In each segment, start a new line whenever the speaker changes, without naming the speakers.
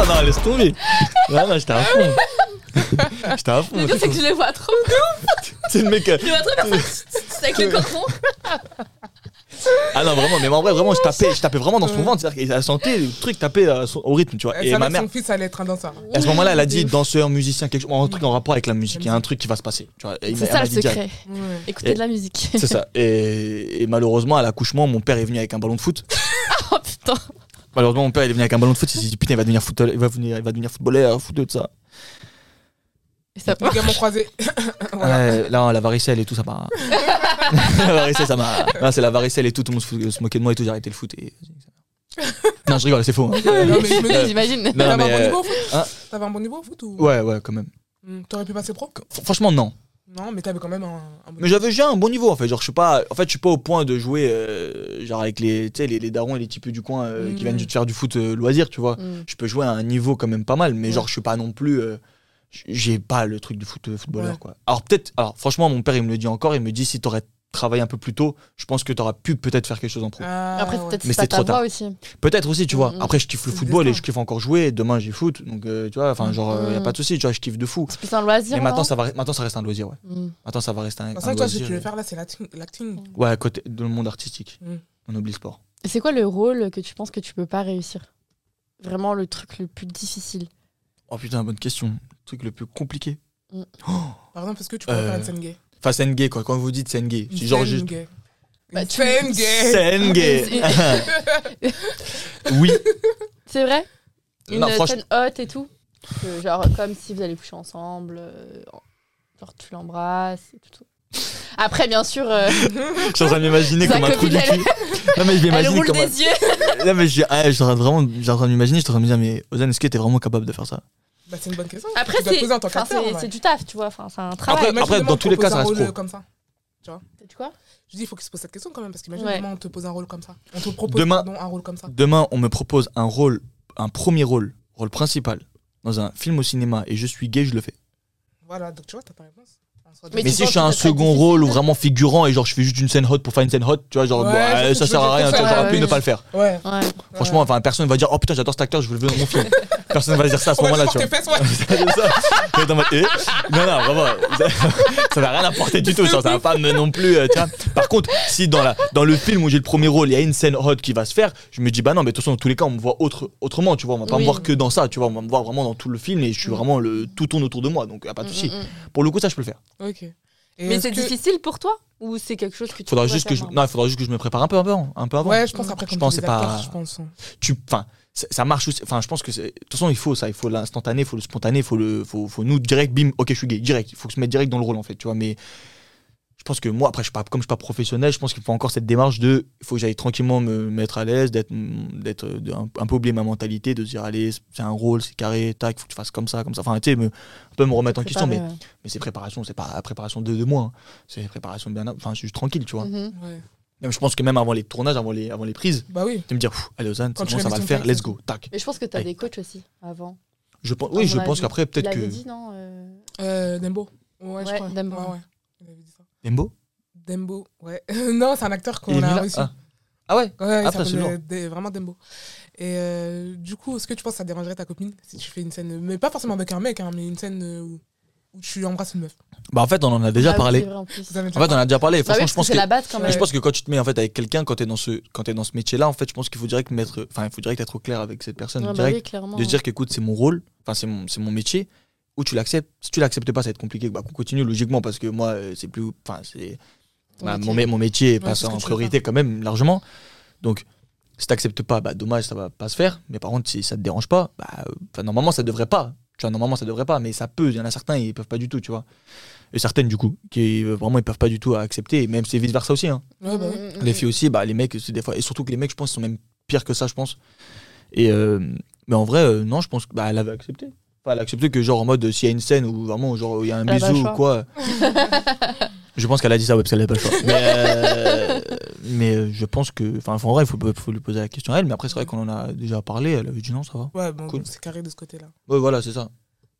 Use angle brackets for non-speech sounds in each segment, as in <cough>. Ah, non, laisse tomber. Non, non, j'étais à
<laughs>
fond. J'étais à fond.
Le pire, c'est que je les vois trop.
C'est le mec. euh,
Je les vois trop faire ça. C'est avec le cordon.
Ah non, vraiment, mais en vrai, vraiment, je tapais, je tapais vraiment dans son ventre. C'est-à-dire qu'elle sentait le truc tapait à son- au rythme, tu vois.
Elle
Et
savait
ma
que
mère,
son fils allait être un danseur.
à ce moment-là, elle a dit danseur, musicien, quelque chose, un truc en rapport avec la musique. Il y a un truc qui va se passer. Tu vois. Et il m'a-
C'est
elle
ça
m'a
le
dit direct.
secret.
Ouais.
Écouter de la musique. <laughs>
C'est ça. Et, et malheureusement, à l'accouchement, mon père est venu avec un ballon de foot.
Oh putain.
Malheureusement, mon père il est venu avec un ballon de foot. Il s'est dit putain, il va devenir footballeur, il va venir, il va devenir footballeur, foot de ça.
Et ça
Les gamins
<laughs>
croisés. Voilà.
Ouais, là, la varicelle et tout, ça m'a.
<laughs>
la varicelle, ça m'a. Non, c'est la varicelle et tout, tout le monde se, fout- se moquait de moi et tout. J'ai arrêté le foot. Et... Non, je rigole, c'est
<laughs>
faux. hein.
Non, mais je me dis,
J'imagine.
Non,
T'avais un
mais,
bon
euh,
niveau au foot
hein
T'avais un bon niveau au foot ou
Ouais, ouais, quand même.
Hmm, T'aurais pu passer pro
Fr- Franchement, non.
Non, mais t'avais quand même un, un bon
Mais j'avais déjà un bon niveau en fait. Genre, je suis pas, en fait, je suis pas au point de jouer euh, genre avec les, tu sais, les, les darons et les types du coin euh, qui
Mm.
viennent de faire du foot euh, loisir, tu vois.
Mm.
Je peux jouer à un niveau quand même pas mal, mais
Ouais.
genre, je suis pas non plus. euh, j- j'ai pas le truc du foot, euh, footballeur
Ouais.
quoi. Alors, peut-être, alors franchement, mon père il me le dit encore, il me dit si t'aurais travaillé un peu plus tôt, je pense que t'aurais pu peut-être faire quelque chose en pro.
Ah,
Après,
ouais.
c'est peut-être
Mais
pas
c'est
ta
trop tard.
voix aussi.
Peut-être aussi, tu vois.
Mm, mm.
Après, je kiffe le
Mm-hmm. C'est le
football et
destin.
je kiffe encore jouer. Demain, j'ai foot, donc euh, tu vois, enfin, genre, euh, y a
Mm-hmm.
Mm.
pas de souci, tu vois, je kiffe de fou.
C'est plus un loisir.
Mais maintenant
non
ça, va, maintenant, ça reste un loisir, ouais.
Mm.
Maintenant, ça va rester un,
hein. C'est pour
un
ça que toi, ce que
loisir.
tu
et-
veux faire là, c'est l'acting- l'acting.
Ouais, côté dans le monde artistique.
Mm.
On oublie le sport.
Et c'est quoi le rôle que tu penses que tu peux pas réussir Vraiment le truc le plus difficile.
Oh putain, bonne question. Le truc le plus compliqué.
Mm.
Par exemple, est-ce que tu pourrais
Euh,
faire une scène gay
Enfin, scène gay, quoi. Quand vous dites scène gay, c'est genre juste.
gay.
Bah,
Une
tu- <laughs>
scène gay.
Scène gay
Ah,
<laughs> Oui.
C'est vrai Une
Non,
euh,
franchement.
scène haute et tout Que Genre comme si vous allez coucher ensemble. euh, Genre tu l'embrasses et tout, tout. Après bien sûr, euh,
Je suis en train de m'imaginer
Sa
comme un trou
copine,
du cul. Non, mais je vais
elle
imaginer
roule
comme.
des yeux.
un- Non, mais je ah, je suis en train de vraiment. Je suis en train de m'imaginer, je suis en train de me dire, mais Ozan, est-ce que t'es vraiment capable de faire ça
<laughs> Bah, c'est une bonne question.
Après
Tu dois te
c'est
poser en tant
enfin,
qu'acteur,
c'est-
ouais. Bah,
c'est du taf, tu vois. Enfin c'est un
Après-
travail.
Imagine
dans
demain, on
tous
te
les cas,
propose
ça
un
reste
rôle euh,
pro.
comme ça.
T'as dit quoi
Je dis, il faut qu'il se pose cette question quand même, parce qu'imagine
Ouais.
demain, on te pose un rôle comme ça. On te propose
Demain-
pardon, un rôle comme ça.
Demain, on me propose un rôle, un premier rôle, rôle principal, dans un film au cinéma et je suis gay, je le fais.
Voilà, donc tu vois, t'as pas réponse. En soi,
Mais
Mais si
tu
je
penses
fais
que
un
ça serait
second
difficile
rôle ou vraiment figurant et genre je fais juste une scène hot pour faire une scène hot, tu vois, genre
Ouais,
bon,
je
euh, ça
sais ce
sert
que tu veux
à rien,
dire,
tu vois,
ouais,
j'aurais pu
ouais.
ne pas le faire.
Ouais.
Ouais.
Franchement, enfin, personne va dire oh putain, j'adore cet acteur, je veux le voir dans mon film. Personne va dire ça à ce
on va
moment-là,
juste
tu
porter
vois.
fesses, ouais.
C'est ça. Et dans ma- et- euh, Non, non, vraiment, ça <laughs> n'a rien apporté du tout, genre, ça va pas me non plus, euh, tu vois. Par contre, si dans, la, dans le film où j'ai le premier rôle, il y a une scène hot qui va se faire, je me dis bah non, mais de toute façon, dans tous les cas, on me voit autre, autrement, tu vois, on va pas
Oui.
me voir que dans ça, tu vois, on va me voir vraiment dans tout le film et je suis vraiment le tout tourne autour de moi, donc y a pas de souci.
Mm, mm, mm.
Pour le coup, ça, je peux le faire.
Ok. Et
Mais
est-ce
c'est
que-
difficile pour toi ou c'est quelque chose que tu
Faudra
pourrais
juste que je...
faire
Non, il faudra juste que je me prépare un peu, un peu avant. Un peu avant.
Ouais, je pense après,
Je
comme tous
pense
les
c'est pas-
acteurs, je pense. hein.
tu enfin ça ça marche aussi enfin je pense que c'est de toute façon il faut ça il faut l'instantané il faut le spontané il faut le faut, faut nous direct bim ok je suis gay direct il faut se mettre direct dans le rôle en fait tu vois mais je pense que moi après je suis pas comme je suis pas professionnel je pense qu'il faut encore cette démarche de il faut que j'aille tranquillement me mettre à l'aise d'être d'être de- un, un peu oublier ma mentalité de se dire allez c'est un rôle c'est carré tac faut que tu fasses comme ça comme ça enfin tu sais me- un peu me remettre en question mais, mais c'est préparation c'est pas préparation de, de moi hein. c'est préparation de bien enfin je suis tranquille tu vois
Mm.
Ouais.
même je pense que même avant les tournages avant les avant les prises
Bah oui.
de me dire Pfff, allez Ozan
Quand
c'est
tu
bon ça
révises
va le
ton
faire
texte.
hein.
let's go tac
Mais je pense que t'as
Aïe.
des coachs aussi avant.
je pense,
Dans
oui, je
mon
pense
avis.
qu'après,
Tu
peut-être que.
l'avais dit, non euh,
Euh, Dembo. Ouais, je
Ouais,
crois.
Dembo.
Ouais, ouais. Il avait dit ça.
Dembo
Dembo, ouais. <laughs> non, c'est un acteur
Il
qu'on
est venu
a
là
reçu.
Ah. Ah ouais
Ouais,
Après,
il
c'est
s'appelle
lourd.
euh, Dé- vraiment Dembo. Et euh, du coup, est-ce que tu penses que ça dérangerait ta copine si tu fais une scène, mais pas forcément avec un mec, hein, mais une scène euh, où, où tu embrasses une meuf
Bah en fait, on en a déjà
ah oui,
parlé.
c'est vrai, en plus.
Vous avez déjà
En fait, on en a déjà parlé.
Bah oui,
Franchement,
parce
je pense
c'est
que.
la base quand même.
Je pense que quand tu te mets en fait avec quelqu'un, quand t'es dans ce, quand t'es dans ce métier-là, en fait, je pense qu'il faut direct mettre, enfin, il faut direct être au clair avec cette personne,
Ouais, bah
direct,
oui, clairement.
hein.
de se dire qu'écoute, c'est mon rôle, enfin, c'est mon, c'est mon métier, ou tu l'acceptes. Si tu l'acceptes pas, ça va être compliqué. Bah, qu'on continue logiquement parce que moi, euh, c'est plus, enfin, c'est,
Ton
bah,
métier.
mon, mé- mon métier passe
c'est ce que
en
tu veux
priorité quand même largement. Donc si t'acceptes pas, bah dommage, ça va pas se faire. Mais par contre, si ça te dérange pas, bah euh, enfin, normalement ça devrait pas. Tu vois, normalement ça devrait pas, mais ça peut. Il y en a certains, ils peuvent pas du tout, tu vois. Et certaines du coup, qui euh, vraiment ils peuvent pas du tout accepter. Et même c'est vice versa aussi. hein.
Ouais, bah oui.
Mm, mm,
Les
mm.
filles aussi, bah les mecs c'est des fois. Et surtout que les mecs, je pense, sont même pires que ça, je pense. Et euh, mais en vrai, euh, non, je pense que bah, elle avait accepté. Enfin, elle a accepté que genre en mode s'il y a une scène où vraiment genre il y a un
Elle a pas le
bisou ou
choix. <laughs>
quoi. je pense qu'elle a dit ça ouais parce qu'elle n'avait pas le choix. Mais, euh, mais, euh, je pense que enfin en vrai il faut, faut lui poser la question à elle. Mais après c'est vrai qu'on en a déjà parlé. Elle avait dit non ça va.
Ouais, bon,
Cool.
c'est carré de ce côté-là.
Ouais voilà c'est ça.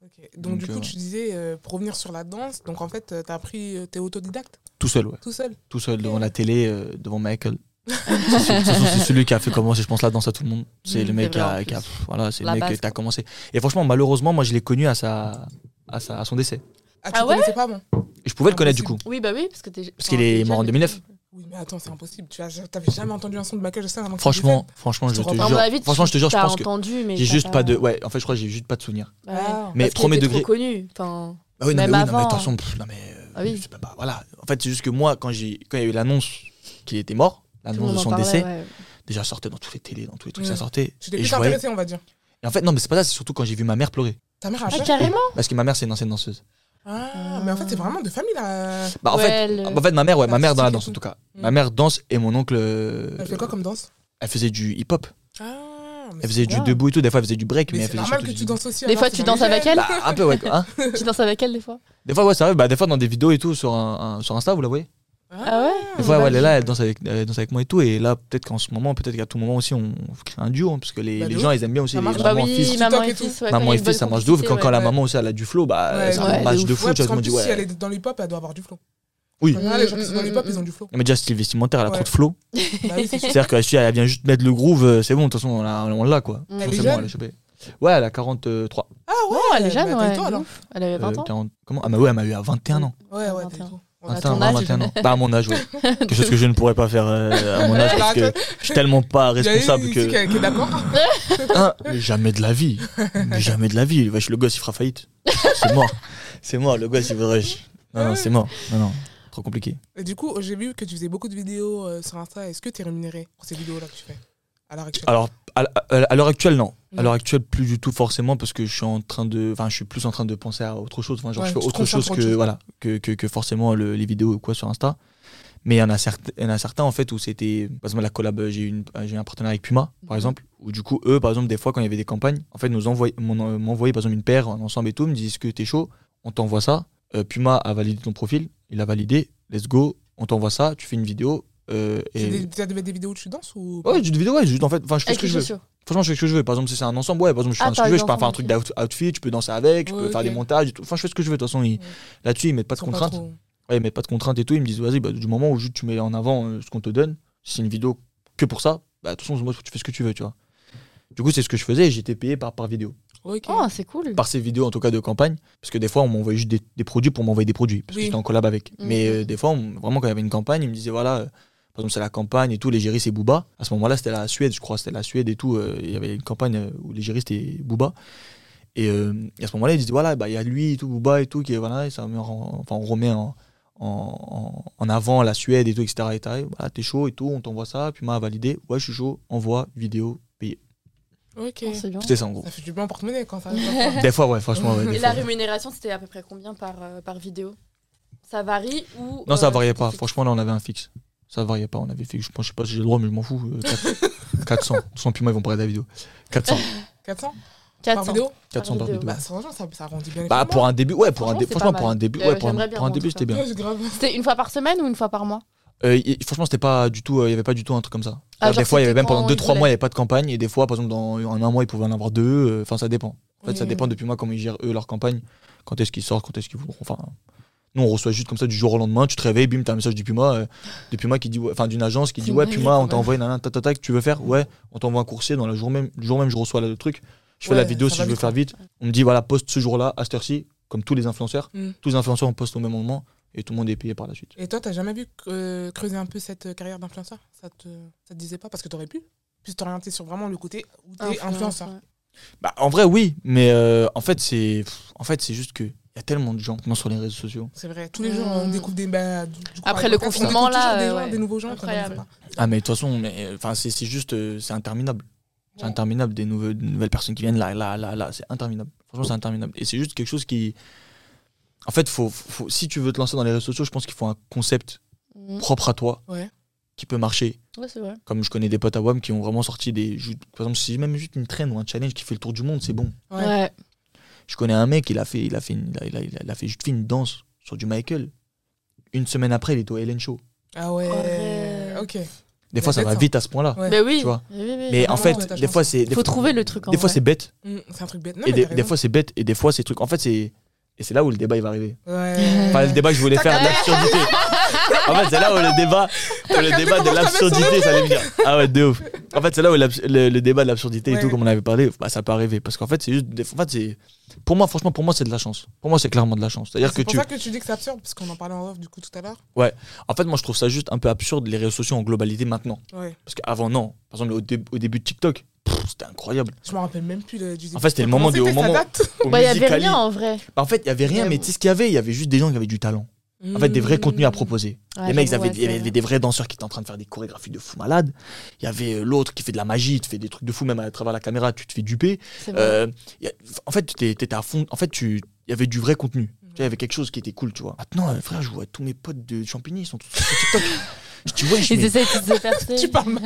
Ok. Donc,
Donc,
du coup,
euh,
tu disais euh, pour revenir sur la danse. Donc en fait, euh, t'as appris, euh, t'es autodidacte
Tout seul ouais.
tout seul.
<laughs>
Tout seul devant la télé euh, devant Michael. C'est- c'est- c'est celui qui a fait commencer, je pense, la danse à tout le monde. C'est
Mm,
le mec
c'est
qui
vrai, en
a, qui a-
plus.
voilà, c'est le
La
mec
base,
qui a
quoi.
commencé. Et franchement, malheureusement, moi, je l'ai connu à sa, à sa, à son décès.
Ah,
Ah
tu
ouais
connaissais pas, moi
Et je pouvais le connaître du coup.
Impossible.
Oui, bah oui, parce que t'es.
Parce qu'il est mort en 2009.
Oui, mais attends, c'est impossible. Tu as- t'avais jamais entendu un son de Michael Jackson avant qu'il
Franchement, franchement,
Je
je
te
te
reprends.
À mon
jure.
avis, tu-
Franchement, je te jure, je
t'as
pense que
entendu, mais
j'ai
t'as
juste pas de. Ouais, en fait, je crois que j'ai juste pas de souvenir.
Bah ouais.
décède Ah.
Mais
Parce qu'il
premier
était
degré.
Trop connu. Enfin,
Ah oui, non,
Même
mais oui, non, mais
avant.
attention, pff, non, mais, euh,
Ah oui.
je sais pas, voilà. En fait, c'est juste que moi, quand j'ai, quand il y a eu l'annonce qu'il était mort,
tout le monde
l'annonce de
en
son
parlait,
décès,
ouais.
déjà sortait dans toutes les télés, dans tous les trucs,
Mm.
ça sortait.
Tu t'es
Et
plus
je voyais.
intéressé, on va dire.
Et en fait, non, mais c'est pas ça, c'est surtout quand j'ai vu ma mère pleurer.
Ta mère a
Ah,
peur.
carrément
Parce que ma mère, c'est une ancienne danseuse.
Ah, mais en fait, c'est vraiment de famille, là.
Bah, en
Ouais,
fait,
le-
en fait, ma mère, ouais, ma mère dans la danse,
Artistique
en
et
tout cas.
Mm.
Ma mère danse et mon oncle, euh,
Elle fait quoi comme danse
elle faisait du hip-hop.
Ah, mais
Elle faisait
c'est
du
bien.
debout et tout, des fois, elle faisait du break, mais,
Mais
elle
c'est
faisait
normal
surtout
que
du
tu danses aussi.
Des
alors,
fois,
c'est
tu
dans les
danses avec
gènes.
elle
Bah, un peu, ouais. hein.
Tu danses avec elle des fois
Des fois, ouais, c'est vrai, bah, des fois, dans des vidéos et tout, sur un, un- sur Insta, vous la voyez.
Ah ouais
Des fois, ouais, elle est là, elle danse avec, elle danse avec moi et tout. Et là, peut-être qu'en ce moment, peut-être qu'à tout moment aussi, on crée un duo. hein, parce que les,
Bah, de
les
ouf.
gens, ils aiment bien aussi
Ça
les
marche.
Bah
mamans,
oui,
fils.
maman
TikTok
et
et
fils.
tout.
ouais, quand il y
Maman
a
et
une
fils,
bonne
ça marche de ouf. Quand,
complicité,
quand la
ouais.
maman aussi, elle a du flow, bah,
Ouais,
ça
ouais,
marche
de
de
ouf.
fou. tu vois, tout le monde dit,
Si elle
ouais.
est dans l'hip-hop, elle doit avoir du flow.
Oui.
En général, les gens qui sont
Mm,
dans l'hip-hop, ils ont du flow.
Mais déjà, style vestimentaire, elle a
Ouais.
trop de flow.
Bah oui, c'est sûr.
C'est-à-dire que la fille, elle vient juste mettre le groove, euh, c'est bon, de toute façon, on l'a- on l'a quoi.
Mm.
C'est
Elle est
bon,
jeune
elle a chopé. Ouais, elle a 43.
Ah ouais
Non, Oh, elle est jeune,
bah, t'as eu
ouais.
toi,
de
alors.
ouf. Elle avait
euh,
20 ans.
40 Comment Ah, bah ouais, elle m'a eu à 21 ans. Ah,
Ouais, ouais, t'as eu
21.
toi. On a
21
ton
ans,
âge,
21 ans. Bah, à mon
<laughs>
âge, ouais. Quelque chose que je ne pourrais pas faire euh, à mon âge parce que je suis tellement pas
Il y a une
responsable
ici
que.
Qui est qui est d'accord.
Hein Mais jamais de la vie. Mais jamais de la vie. Wesh, le gosse, il fera faillite. C'est mort. C'est mort. Le gosse, il voudrait. Non, non, c'est mort. Non, non. Trop compliqué.
Et Du coup, j'ai vu que tu faisais beaucoup de vidéos euh, sur Insta. Est-ce que t'es rémunéré pour ces vidéos-là que tu fais à l'heure actuelle
Alors, à, à- à l'heure actuelle, non.
Non.
À l'heure actuelle, plus du tout forcément parce que je suis en train de. Enfin, je suis plus en train de penser à autre chose. Enfin, genre,
Ouais,
je fais
tu te
autre
concentres
chose
sur
que,
autre chose.
voilà, que, que, que forcément le- les vidéos ou quoi sur Insta. Mais il y, en a certes- il y en a certains en fait où c'était. Par exemple, la collab, euh, j'ai eu une- euh, j'ai eu un partenariat avec Puma,
Mhm.
par exemple, où du coup, eux, par exemple, des fois, quand il y avait des campagnes, en fait, nous envoy- m'en- euh, m'envoyaient par exemple une paire en ensemble et tout, me disent Est-ce que t'es chaud, on t'envoie ça. Euh, Puma a validé ton profil, il a validé, let's go, on t'envoie ça, tu fais une vidéo. euh,
C'est
et...
des- Tu as des des vidéos où tu danses ou
Ouais, j'ai une vidéo, ouais, juste en fait, enfin, je fais ce
Avec
que
les
je veux.
chaussures.
Franchement, je fais ce que je veux. Par exemple, si c'est un ensemble, ouais, par exemple, je fais
Ah,
un- ce
t'as
que je veux. Je peux
raison,
faire un truc
ok.
d'outfit, je peux danser avec, je peux
Ouais,
faire
ok.
des montages. et tout. Enfin, je fais ce que je veux. De toute façon, ils-
Ouais.
là-dessus, ils mettent pas de
Ils sont
contraintes.
trop-
Ouais, ils mettent pas de contraintes et tout. Ils me disent, vas-y, bah, du moment où juste tu mets en avant euh, ce qu'on te donne, si c'est une vidéo que pour ça, bah, de toute façon, moi, tu fais ce que tu veux, tu vois. Du coup, c'est ce que je faisais et j'étais payé par, par vidéo.
Ok.
Oh, c'est cool.
Par ces vidéos, en tout cas, de campagne. Parce que des fois, on m'envoyait juste des, des produits pour m'envoyer des produits. Parce
Oui. Mm.
que j'étais en collab avec.
Mhm.
Mais euh, des fois, on- vraiment, quand il y avait une campagne, ils me disaient, voilà, euh, par exemple, c'est la campagne et tout, l'égérie, c'est Booba. À ce moment-là, c'était la Suède, je crois, c'était la Suède et tout. euh, Il y avait une campagne euh, où l'égérie, c'était Booba. Et, euh, et à ce moment-là, ils disaient, voilà, bah, il y a lui et tout, Booba et tout, qui, voilà, et ça met en- enfin, on remet en, en, en- en avant la Suède et tout, etc. Et t'arrives, voilà, t'es chaud et tout, on t'envoie ça, puis m'a validé, ouais, je suis chaud, envoie, vidéo, payé.
Ok.
Oh, c'est bien.
C'était ça, en gros.
Ça fait du bien en porte-monnaie quand ça arrive.
<laughs>
Des fois, ouais, franchement,
<laughs>
ouais, des
Et
fois,
la
ouais.
rémunération, c'était à peu près combien par, euh, par vidéo Ça varie ou.
Non,
euh,
ça variait pas.
c'était-
Franchement, là, on avait un fixe. Ça variait pas. On avait fixe. Je pense, je sais pas si j'ai le droit, mais je m'en fous. euh,
<laughs>
quatre- 400. Sans Puma, ils vont parler de la vidéo. 400.
400 par
400.
vidéo
400 par
Ah, vidéo.
vidéo.
Bah, franchement, ça, ça rendit bien.
Ah.
les
Bah,
films,
pour un début, ouais, pour un
Franchement,
début.
c'est
Franchement,
pas
pour un
mal.
début,
Euh,
ouais, pour un,
j'aimerais bien,
pour un
moi, en
début,
tout
c'était
cas.
bien.
hein. Ouais, grave.
C'était une fois par semaine ou une fois par mois
Euh, y- y- franchement, c'était pas du tout. Il y avait pas du tout un truc comme ça.
Ah,
C'est-à-dire,
genre,
des fois, il y avait
c'était
même pendant
quand
2-3
ils
mois, il n'y avait pas de campagne. Et des fois, par exemple, dans en un mois, ils pouvaient en avoir deux. euh, Enfin, ça dépend. En fait, ça
Mhm.
dépend depuis moi comment ils gèrent eux leur campagne. Quand est-ce qu'ils sortent, quand est-ce qu'ils voudront. Enfin, nous, on reçoit juste comme ça du jour au lendemain. Tu te réveilles, bim, t'as un message du Puma, euh, de Puma qui dit, ouais- enfin, d'une agence qui
C'est
dit, ouais,
dingue,
Puma,
quand
on
même.
t'a envoyé, nanana, ta, ta, ta, que tu veux faire Ouais, on t'envoie un coursier. Dans le jour même, le jour même, je reçois le truc. Je fais la
Ouais,
vidéo
ça
si
va
je veux
vite,
faire
quoi.
vite. On me dit, voilà, poste ce jour-là, à cette heure-ci, comme tous les influenceurs.
Mhm.
Tous les influenceurs, on poste au même moment et tout le monde est payé par la suite.
Et toi, t'as jamais vu euh, creuser un peu cette euh, carrière d'influenceur ça te, ça te disait pas Parce que t'aurais pu plus t'orienter sur vraiment le côté où t'es
Influence,
influenceur.
ouais.
Bah, en vrai, oui, mais euh, en fait, c'est pff, en fait, c'est juste qu'il y a tellement de gens maintenant sur les réseaux sociaux.
C'est vrai, tous les jours on
Mm.
découvre des. Bah, du, du coup,
Après
par les
le
podcasts,
confinement,
on découvre toujours
là,
Des,
euh,
gens,
ouais.
des nouveaux gens. qu'on
Incroyable.
connaissait pas.
Ah, mais de toute façon, mais, enfin, c'est c'est juste, euh, c'est interminable. C'est interminable, des, nouveaux- des nouvelles personnes qui viennent là, là, là, là, c'est interminable. Franchement, c'est interminable. Et c'est juste quelque chose qui. En fait, faut, faut- si tu veux te lancer dans les réseaux sociaux, je pense qu'il faut un concept
Mhm.
propre à toi
Mm. Ouais.
qui peut marcher.
Ouais, c'est vrai.
Comme je connais des potes à WAM qui ont vraiment sorti des. jeux- Par exemple, si j'ai même juste une traîne ou un challenge qui fait le tour du monde, c'est bon.
Ouais.
Ouais.
Je connais un mec, il a fait, il a fait, une- il a, il a- il a fait juste fait une danse sur du Michael. Une semaine après, il est au Ellen Show.
Ah ouais.
Arrête.
Ok.
Des fois, ça
peut-être
va
ça.
vite à ce point-là.
hein. Ouais.
Mais oui.
Tu vois.
Mais oui, oui.
Mais en
vraiment,
fait,
ouais, t'as
des
chance.
fois, c'est des,
Faut
fois-
trouver le truc. en
des fois
vrai.
c'est bête
Mm, c'est un truc bête. Non,
et
mais
des,
t'as
des
raison.
fois c'est bête et des fois c'est trucs. En fait, c'est Et c'est là où le débat il va arriver.
Ouais.
Enfin, le débat que je voulais faire, l'absurdité. En fait, c'est là où le débat, où le
capté
débat de
comment je
l'absurdité, ça allait venir. Ah ouais, de ouf. En fait, c'est là où l'abs- le, le débat de l'absurdité et
Ouais.
tout, comme on avait parlé, bah, ça peut arriver. Parce qu'en fait, c'est juste. des- En fait, c'est. Pour moi, franchement, pour moi, c'est de la chance. Pour moi, c'est clairement de la chance. C'est-à-dire que
Ah, C'est pour
tu.
ça que tu dis que c'est absurde, parce qu'on en parlait en off du coup tout à l'heure.
En fait, moi, je trouve ça juste un peu absurde, les réseaux sociaux en globalité maintenant.
Ouais.
Parce qu'avant, non. Par exemple, au, dé- au début de TikTok, pff, c'était incroyable.
Je me rappelle même plus de- du
En fait, c'était le moment de- au moment- Au
Bah, Il
Bah,
y avait
Musical.ly,
rien en vrai.
bah, en fait, il y avait rien,
Ouais,
mais
bon.
tu sais ce qu'il y avait Il y avait juste des gens qui avaient du talent. En fait, des
Mm. Mmh.
vrais contenus à proposer. les mecs, ils avaient- il y avait des vrais danseurs qui étaient en train de faire des chorégraphies de fou malade. Il y avait euh, l'autre qui fait de la magie, il te fait des trucs de fou, même à travers la caméra, tu te fais duper.
C'est vrai.
Euh, il y a- en fait, tu t'es- t'étais à fond. En fait, tu, il y avait du vrai contenu.
Mm.
Tu vois, Il y avait quelque chose qui était cool, tu vois. Maintenant, euh, frère, je vois tous mes potes de Champigny, ils sont tous sur
<laughs>
TikTok. je dis wesh,
Ils
mais,
essaient
<laughs>
de se percer.
Tu parles mal.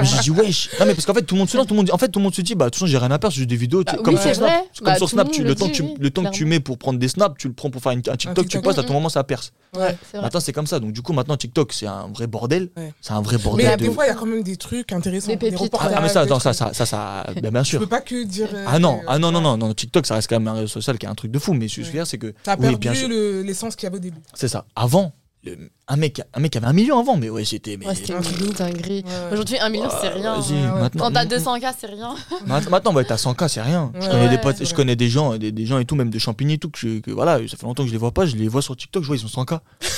mais je dis wesh. Non, mais parce qu'en fait, tout le monde se lance, tout le monde, dit- en fait, tout le monde se dit, bah, de toute façon, j'ai rien à perdre, c'est juste des vidéos. tu-
Bah
comme
oui,
sur
c'est
Snap.
vrai.
Comme
Bah,
sur
tout
Snap,
le
tu,
monde
le, temps que
dit,
tu,
oui,
le temps que tu
clairement.
mets pour prendre des snaps, tu le prends pour faire une- un TikTok, tu
TikTok.
postes, à
Mhm.
ton moment, ça perce.
Ouais, c'est vrai.
Maintenant, c'est comme ça. Donc, du coup, maintenant, TikTok, c'est un vrai bordel.
Ouais.
C'est un vrai
Mais
bordel.
a
de...
des fois, il y a quand même des trucs intéressants.
Des pépites.
Ah,
reportages,
ah, mais ça,
des
non, ça, ça,
trucs.
ça, ça, ben, bien
Je
sûr.
peux pas que dire. euh,
Ah non,
que-
ah non, non, non, non, TikTok, ça reste quand même un réseau social qui est un truc de fou. Mais ce que je veux dire, c'est que
Ça a
Oui, bien
perdu
sûr.
le- l'essence qu'il y avait au début.
c'est ça. Avant, le- un mec, un mec avait un million avant, mais ouais, c'était. Mais... euh, Ah,
Ouais, c'était
un truc de
une
ouf.
dinguerie.
Ouais.
Aujourd'hui, un million, c'est rien.
Vas-y,
ouais, ouais.
maintenant.
Quand t'as 200K, c'est rien.
ma- Maintenant, ouais, t'as 100K, c'est rien. Je
Ouais,
connais des
ouais,
potes,
c'est
je
vrai.
connais des gens, des, des gens et tout, même de Champigny et tout, que, je- que voilà, ça fait longtemps que je les vois pas, je les vois sur TikTok, je vois, ils ont 100K.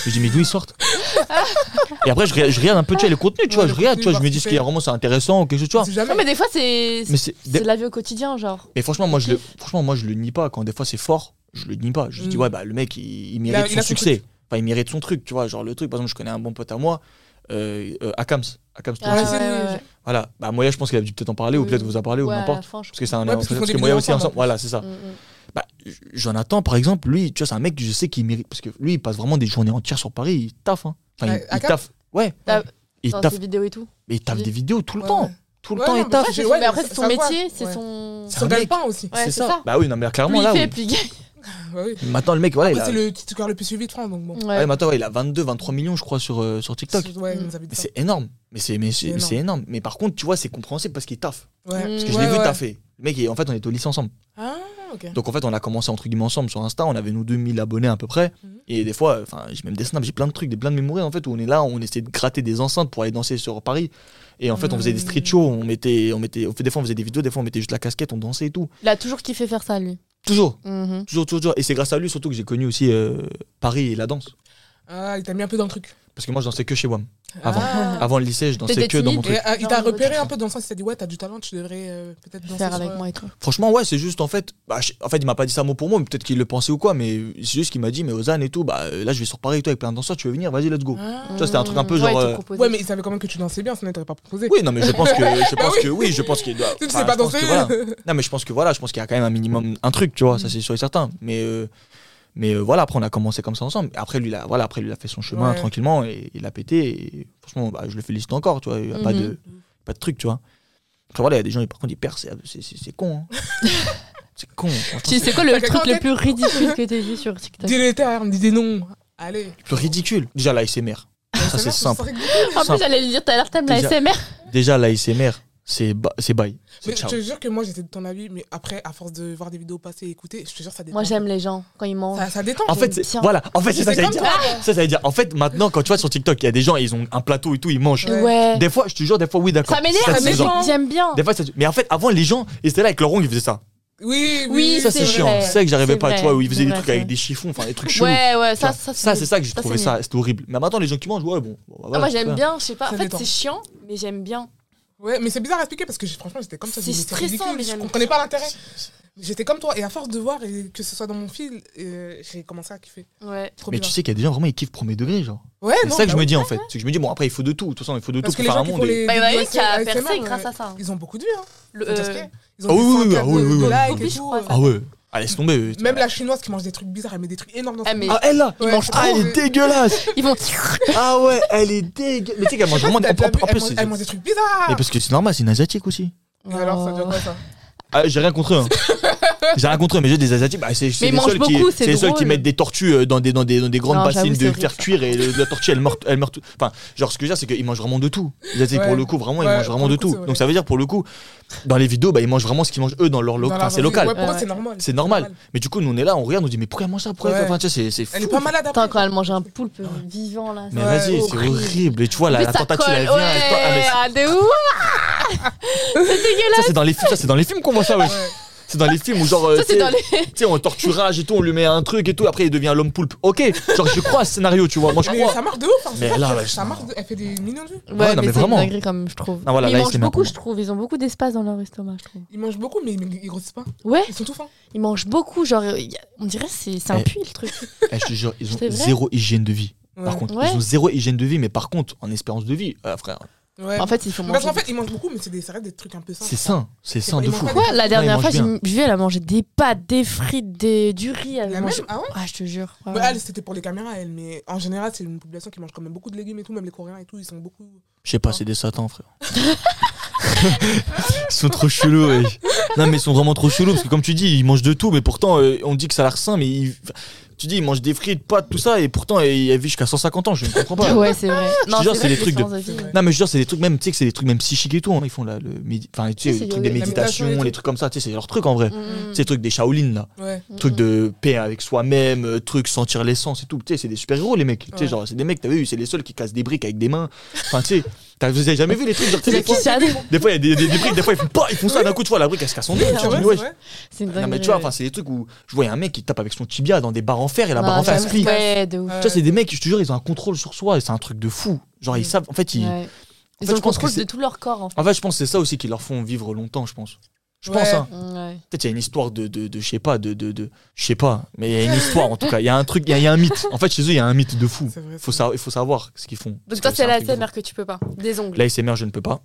Je dis, mais d'où ils
<laughs>
sortent Et après, je, regarde- je regarde un peu, tu vois, le contenu, tu vois,
Ouais,
je
le
regarde, tu
contenu,
vois, je me
voir
dis
ce
ce
qu'il
qui est
fait.
vraiment c'est intéressant ou quelque chose, tu vois.
C'est
Non, mais
jamais.
des fois, c'est
Mais c'est.
c'est de la vie au quotidien, genre.
Mais franchement, moi, je le,
Kiff.
franchement, moi, je le nie pas. Quand des fois c'est fort, je le nie pas. Je dis,
Mm.
ouais, bah, le mec, il, il
a-
mérite
il
son
a son
succès. Enfin, il mérite son truc, tu vois. Genre, le truc, par exemple, je connais un bon pote à moi, euh, euh, Akams. Akams
Ah,
Touré.
ouais. Mm.
Voilà. Bah, Moya, je pense qu'il a dû peut-être en parler, ou
Oui.
peut-être vous a parlé, ou
Ouais, à la
n'importe.
fin, je
Parce que c'est un
Ouais, parce qu'ils font des
que Moya
vidéos
aussi est
ensemble,
ensemble.
en plus.
Voilà, c'est ça.
crois. Mm, mm.
Bah, J- Jonathan, par exemple, lui, tu vois, c'est un mec, je sais qu'il mérite. Parce que lui, il passe vraiment des journées entières sur Paris, il taffe. Hein. Enfin,
Ouais,
il, il
Akams
taffe. Ouais.
T'as-
Il
Dans
taffe,
ses vidéos et tout.
mais il taffe
Oui.
des vidéos tout le
Ouais,
temps.
ouais.
Tout le
Ouais,
temps,
non,
il
mais
taffe.
ça, J'ai- ouais,
Mais après,
ça-
c'est son
ça voit.
métier, c'est
Ouais.
son.
C'est
Son
un mec.
gagne-pain aussi.
Ouais,
C'est
c'est
ça.
ça.
Bah oui, non, mais
Plus
clairement,
il
là.
fait,
où-
plus il gagne.
Ouais, oui.
Maintenant, le mec, voilà, il
Après,
a.
Ah, C'est le TikToker le plus suivi de France, donc bon.
Ouais,
Ouais.
maintenant, ouais, il a 22, 23 millions, je crois, sur, euh, sur TikTok.
C'est- Ouais,
Mm.
ils nous habitent
Mais
ça.
c'est énorme. Mais c'est mais c'est-
C'est énorme.
c'est énorme. Mais par contre, tu vois, c'est compréhensible parce qu'il taffe.
Ouais.
Mm.
Parce que je
Ouais,
l'ai vu
ouais.
taffer. Le mec, il- en fait, on était au lycée ensemble.
Ah, ok.
Donc, en fait, on a commencé entre guillemets ensemble sur Insta. On avait nous 2000 abonnés à peu près.
Mhm.
Et des fois, enfin, j'ai même des snaps, j'ai plein de trucs, des plein de mémoires en fait, où on est là, on essaie de gratter des enceintes pour aller danser sur Paris. Et en fait, on faisait des street
Mhm.
shows. On mettait, on mettait, on fait, des fois, on faisait des vidéos, des fois, on mettait juste la casquette, on dansait et tout.
Il a toujours kiffé faire ça, lui.
Toujours.
Mhm.
Toujours, toujours, toujours. Et c'est grâce à lui surtout que j'ai connu aussi euh, Paris et la danse.
Ah, il t'a mis un peu dans le truc.
Parce que moi, je dansais que chez WAM. Avant.
Ah.
Avant le lycée, je dansais
T'étais
que dans mon
timide
truc.
Et, euh, il t'a
Genre,
repéré un peu dans le sens, il t'a dit ouais, t'as du talent, tu devrais euh, peut-être danser
Faire
sur,
avec
euh,
moi et tout.
Franchement, ouais, c'est juste en fait. bah, je- en fait, il m'a pas dit ça mot pour mot, mais peut-être qu'il le pensait ou quoi, mais c'est juste qu'il m'a dit, mais Ozan et tout, bah euh, là, je vais sur Paris et tout avec plein de danseurs, tu veux venir, vas-y, let's
<laughs>
go.
Ah.
Tu vois, c'était un truc un peu
Ouais,
genre,
il te
euh,
proposait.
Ouais, mais il savait quand même que tu dansais bien, sinon il t'aurait pas proposé.
Oui, non, mais je pense que, je pense
Ah oui.
que, oui, je pense qu'il doit.
<laughs> Tu sais, tu
enfin,
sais pas
je pense que
danser.
voilà. Non, mais je pense que voilà, je pense qu'il y a quand même un minimum, un truc, tu vois, ça c'est sûr et certain. Mais, euh, mais euh, voilà, après on a commencé comme ça ensemble. Après lui, il a, voilà, après lui, il a fait son chemin
Ouais.
tranquillement et il a pété. Et franchement, bah, je le félicite encore, tu vois. Il n'y a pas
Mhm.
de, pas de truc, tu vois. Après voilà, il y a des gens, par contre, ils perdent, c'est- c'est- c'est c'est con.
<laughs>
hein. c'est con. hein, franchement,
Tu- C'est quoi le
T'as
truc
quelqu'un en
le plus ridicule que t'aies vu sur TikTok
Dis les termes, dis des noms. Allez.
Le ridicule. Déjà l'ASMR.
Ah,
Ça c'est simple.
En plus,
simple.
j'allais lui dire tout à l'heure, t'aimes la
Déjà-
SMR
Déjà l'ASMR, c'est ba- c'est bail.
Mais
C'est
je
ciao.
te jure que moi j'étais de ton avis, mais après, à force de voir des vidéos passer et écouter, je te jure, ça détend.
Moi, Ah. j'aime les gens quand ils mangent.
Ça, ça détend.
En fait,
J'aime
c'est-
bien.
voilà. En fait, c'est ça que
C'est
j'allais
comme
dire.
toi.
Ça, ça veut dire. En fait, maintenant, quand tu vois sur TikTok, il y a des gens, ils ont un plateau et tout, ils mangent.
Ouais.
Ouais.
Des fois, je te jure, des fois, oui, d'accord.
Ça m'énerve,
Ça, c'est
mais
satisfaisant.
genre-
j'aime bien.
Des fois, ça- mais en fait, avant, les gens, ils étaient là avec leur ongle, ils faisaient ça.
Oui,
Oui,
oui,
Ça, c'est
C'est
chiant.
vrai.
C'est ça que j'arrivais
C'est
pas, tu
vrai.
vois, où ils faisaient
C'est
des
vrai,
trucs
c'est
avec
vrai.
des chiffons, enfin, des trucs chelous.
Ouais, ouais, ça,
Genre,
ça,
c'est ça que j'ai trouvé
c'est
ça,
mieux.
c'était horrible. Mais maintenant, les gens qui mangent, ouais, bon. bah,
Ah,
voilà,
Moi,
c'est
j'aime
ça.
bien, je sais pas. En
Ça
fait,
détend.
c'est chiant, mais j'aime bien.
Ouais, mais c'est bizarre à expliquer parce que j'ai- franchement, j'étais comme ça. je
C'est
me disais,
stressant,
ridicule,
mais
Je
j'aime
comprenais pas l'intérêt. J'étais comme toi, et à force de voir, et que ce soit dans mon fil, euh, j'ai commencé à kiffer.
Ouais.
Trop
Mais
bien.
tu sais qu'il y a des gens vraiment, ils kiffent premier degré, genre.
ouais,
C'est
non,
ça que
bah
je me
oui.
dis, en fait. C'est que je me dis, bon, après, il faut de tout. De toute façon, il faut de tout
Parce que
pour
les
faire un
gens qui font
monde. et-
les.
Bah, il y en a eu qui a
vidéos ASMR,
percé
ouais.
grâce à ça.
euh, Ils ont beaucoup de vues, hein.
Le-
Faut dire
euh,
ce qu'il y a. Ils
Ah oui, oui, oui,
des
ah oui, oui, oui.
centaines de- de
Beaucoup,
likes et
je
tout.
crois,
euh.
Ah ouais. Ah, laisse tomber.
Même la chinoise qui mange des trucs bizarres, elle met des trucs énormes dans
Eh,
sa
mais-
Ah, elle là
Ouais.
Ah, elle est dégueulasse
Ils vont.
<laughs> Ah ouais, elle est dégueulasse Mais tu sais qu'elle mange vraiment.
T'as
En
déjà vu,
en
elle,
plus,
mange,
c'est.
elle mange des trucs bizarres
Mais parce que c'est normal, c'est une asiatique aussi.
Et alors, ça devient quoi ça <laughs>
Ah, j'ai rien contre eux. hein. J'ai rien contre eux, mais j'ai des asiatiques. Bah, c'est c'est
Mais ils
les
mangent
seuls qui,
beaucoup, c'est
c'est les seuls qui
drôle.
mettent des tortues euh, dans des dans des dans des grandes
Non, j'avoue,
bassines
c'est
de
horrible,
faire
ça.
cuire et le- la tortue elle meurt elle meurt tout. Enfin, genre ce que je veux dire c'est qu'ils mangent vraiment de tout. Les asiatiques
Ouais.
pour le coup vraiment
Ouais,
ils mangent
pour
vraiment
le
de
coup, c'est
tout.
vrai.
Donc ça veut dire pour le coup dans les vidéos bah ils mangent vraiment ce qu'ils mangent eux dans leur
Dans
local.
la
Enfin, c'est
revue.
local.
Ouais, pour moi,
Ouais.
c'est normal.
C'est normal. Mais du coup nous on est là on regarde on dit mais pourquoi elle mange ça pourquoi elle fait-
Ouais.
enfin tu sais, c'est c'est
Elle est
fou.
pas malade hein. après.
Oh, Putain, quand elle mange un poulpe vivant là.
Mais
Ouais,
vas-y, c'est horrible. Et tu vois, la,
Plus
la
ça
tentacule,
colle,
elle vient. elle colle. Ah, mais
ouais,
ça-
ah, de ouf
ça, c'est dans les films, ça, c'est dans les films qu'on voit ça, ouais.
Ouais.
C'est dans les films où, genre, euh,
Ça,
tu sais-
c'est dans les.
tu sais, on torturage et tout, on lui met un truc et tout, après, il devient l'homme poulpe. Ok, genre, je crois à ce scénario, tu vois. Moi, je
Mais
crois.
ça marche de ouf. hein,
Mais
c'est ça,
là,
ça-
ouais,
ça
je-
marche. de- Elle fait des millions de vues.
Ouais, non, mais vraiment.
C'est une dinguerie, comme je trouve.
Ah, voilà,
Mais
là,
ils
il se
mangent
les met
beaucoup,
pour
je trouve. Ils ont beaucoup d'espace dans leur estomac, je trouve.
Ils mangent beaucoup, mais ils ils grossissent pas.
Ouais,
Ils sont tout fins.
ils mangent beaucoup. Genre, il y a- on dirait que c'est c'est un
Eh.
puits le truc.
Eh, je te jure, ils ont
C'est vrai
zéro hygiène de vie.
Ouais.
Par contre,
Ouais.
ils ont zéro hygiène de vie, mais par contre, en espérance de vie, euh, frère,
Ouais.
En fait, ils font
Parce
manger.
qu'en fait, ils mangent beaucoup, mais c'est des, ça reste des trucs un peu sains.
c'est sain, c'est sain
pas-
de
ils
fou.
mangent
Quoi La dernière
ils
fois,
mangent bien.
j'ai vu, elle a mangé des pâtes, des frites, des... du riz. Elle
La
mange-
même- Ah ouais
Ah, je te jure. ouais,
Bah,
ouais.
Elle, c'était pour les caméras, elle, mais en général, c'est une population qui mange quand même beaucoup de légumes et tout, même les Coréens et tout, ils sont beaucoup.
Je sais pas, c'est des satans, frère. ils sont trop chelous, ouais. Non, mais ils sont vraiment trop chelous, parce que comme tu dis, ils mangent de tout, mais pourtant, euh, on dit que ça a l'air sain, mais ils- enfin, tu dis, ils mangent des frites, pâtes, tout ça, et pourtant, euh, ils vivent jusqu'à 150 ans, je ne comprends pas.
Ouais, c'est vrai.
te jure,
vrai
c'est des
que
trucs de-
sans avis.
C'est vrai.
Non, mais je veux dire, c'est des trucs, même, tu sais, que c'est des trucs même psychiques et tout, hein. ils font là, le médi- enfin, tu
Oui,
sais,
c'est
les trucs
de-
des
la
méditation
méditations,
et tout.
les trucs comme ça, tu sais, c'est leur truc en vrai.
Mm,
Ces trucs des Shaolin, là.
Ouais.
mm,
Truc
mm.
de paix avec soi-même, euh, truc sentir l'essence et tout. Tu sais, c'est des super-héros, les mecs. Tu sais,
Ouais.
genre, c'est des mecs, t'as vu, c'est les seuls qui cassent des briques avec des mains. Enfin, tu sais, t'as- vous avez jamais vu les trucs, genre, tu sais,
C'est
des fois-
qui
des fois, il y a des, des- des briques, des fois, ils font pas, ils font ça, d'un coup, tu vois, la brique, elle se casse en deux.
C'est
Tu
vrai,
dis,
c'est
wesh.
vrai.
C'est une
Non, mais
dinguerie,
tu vois,
ouais.
enfin, c'est des trucs où je voyais un mec qui tape avec son tibia dans des barres en fer et la
Non,
barre en fer, elle se
Bah, j'avoue.
plie.
Ouais, de ouf.
Tu vois, c'est
Ouais.
des mecs, je te jure, ils ont un contrôle sur soi et c'est un truc de fou. Genre, ils
Mm.
savent, en fait, ils.
Ouais.
En
Ils
fait, je
ont le
pense que
contrôle
c'est-
de tout leur corps en fait.
En fait, je pense que c'est ça aussi qui leur font vivre longtemps, je pense. Je
Ouais.
pense, hein.
Mm, Ouais.
Peut-être il y a une histoire de, de, de je sais pas, de, de, de- je sais pas, mais il y a une histoire en tout cas. Il y a un truc, il y, a- il y a un mythe. En fait, chez eux, il y a un mythe de fou.
C'est vrai.
Faut
c'est
sa- Il faut savoir ce qu'ils font.
Donc
Parce
toi
que
c'est
un
la
truc de fou.
SMR que tu peux pas. Des ongles.
L'ASMR, je ne peux pas.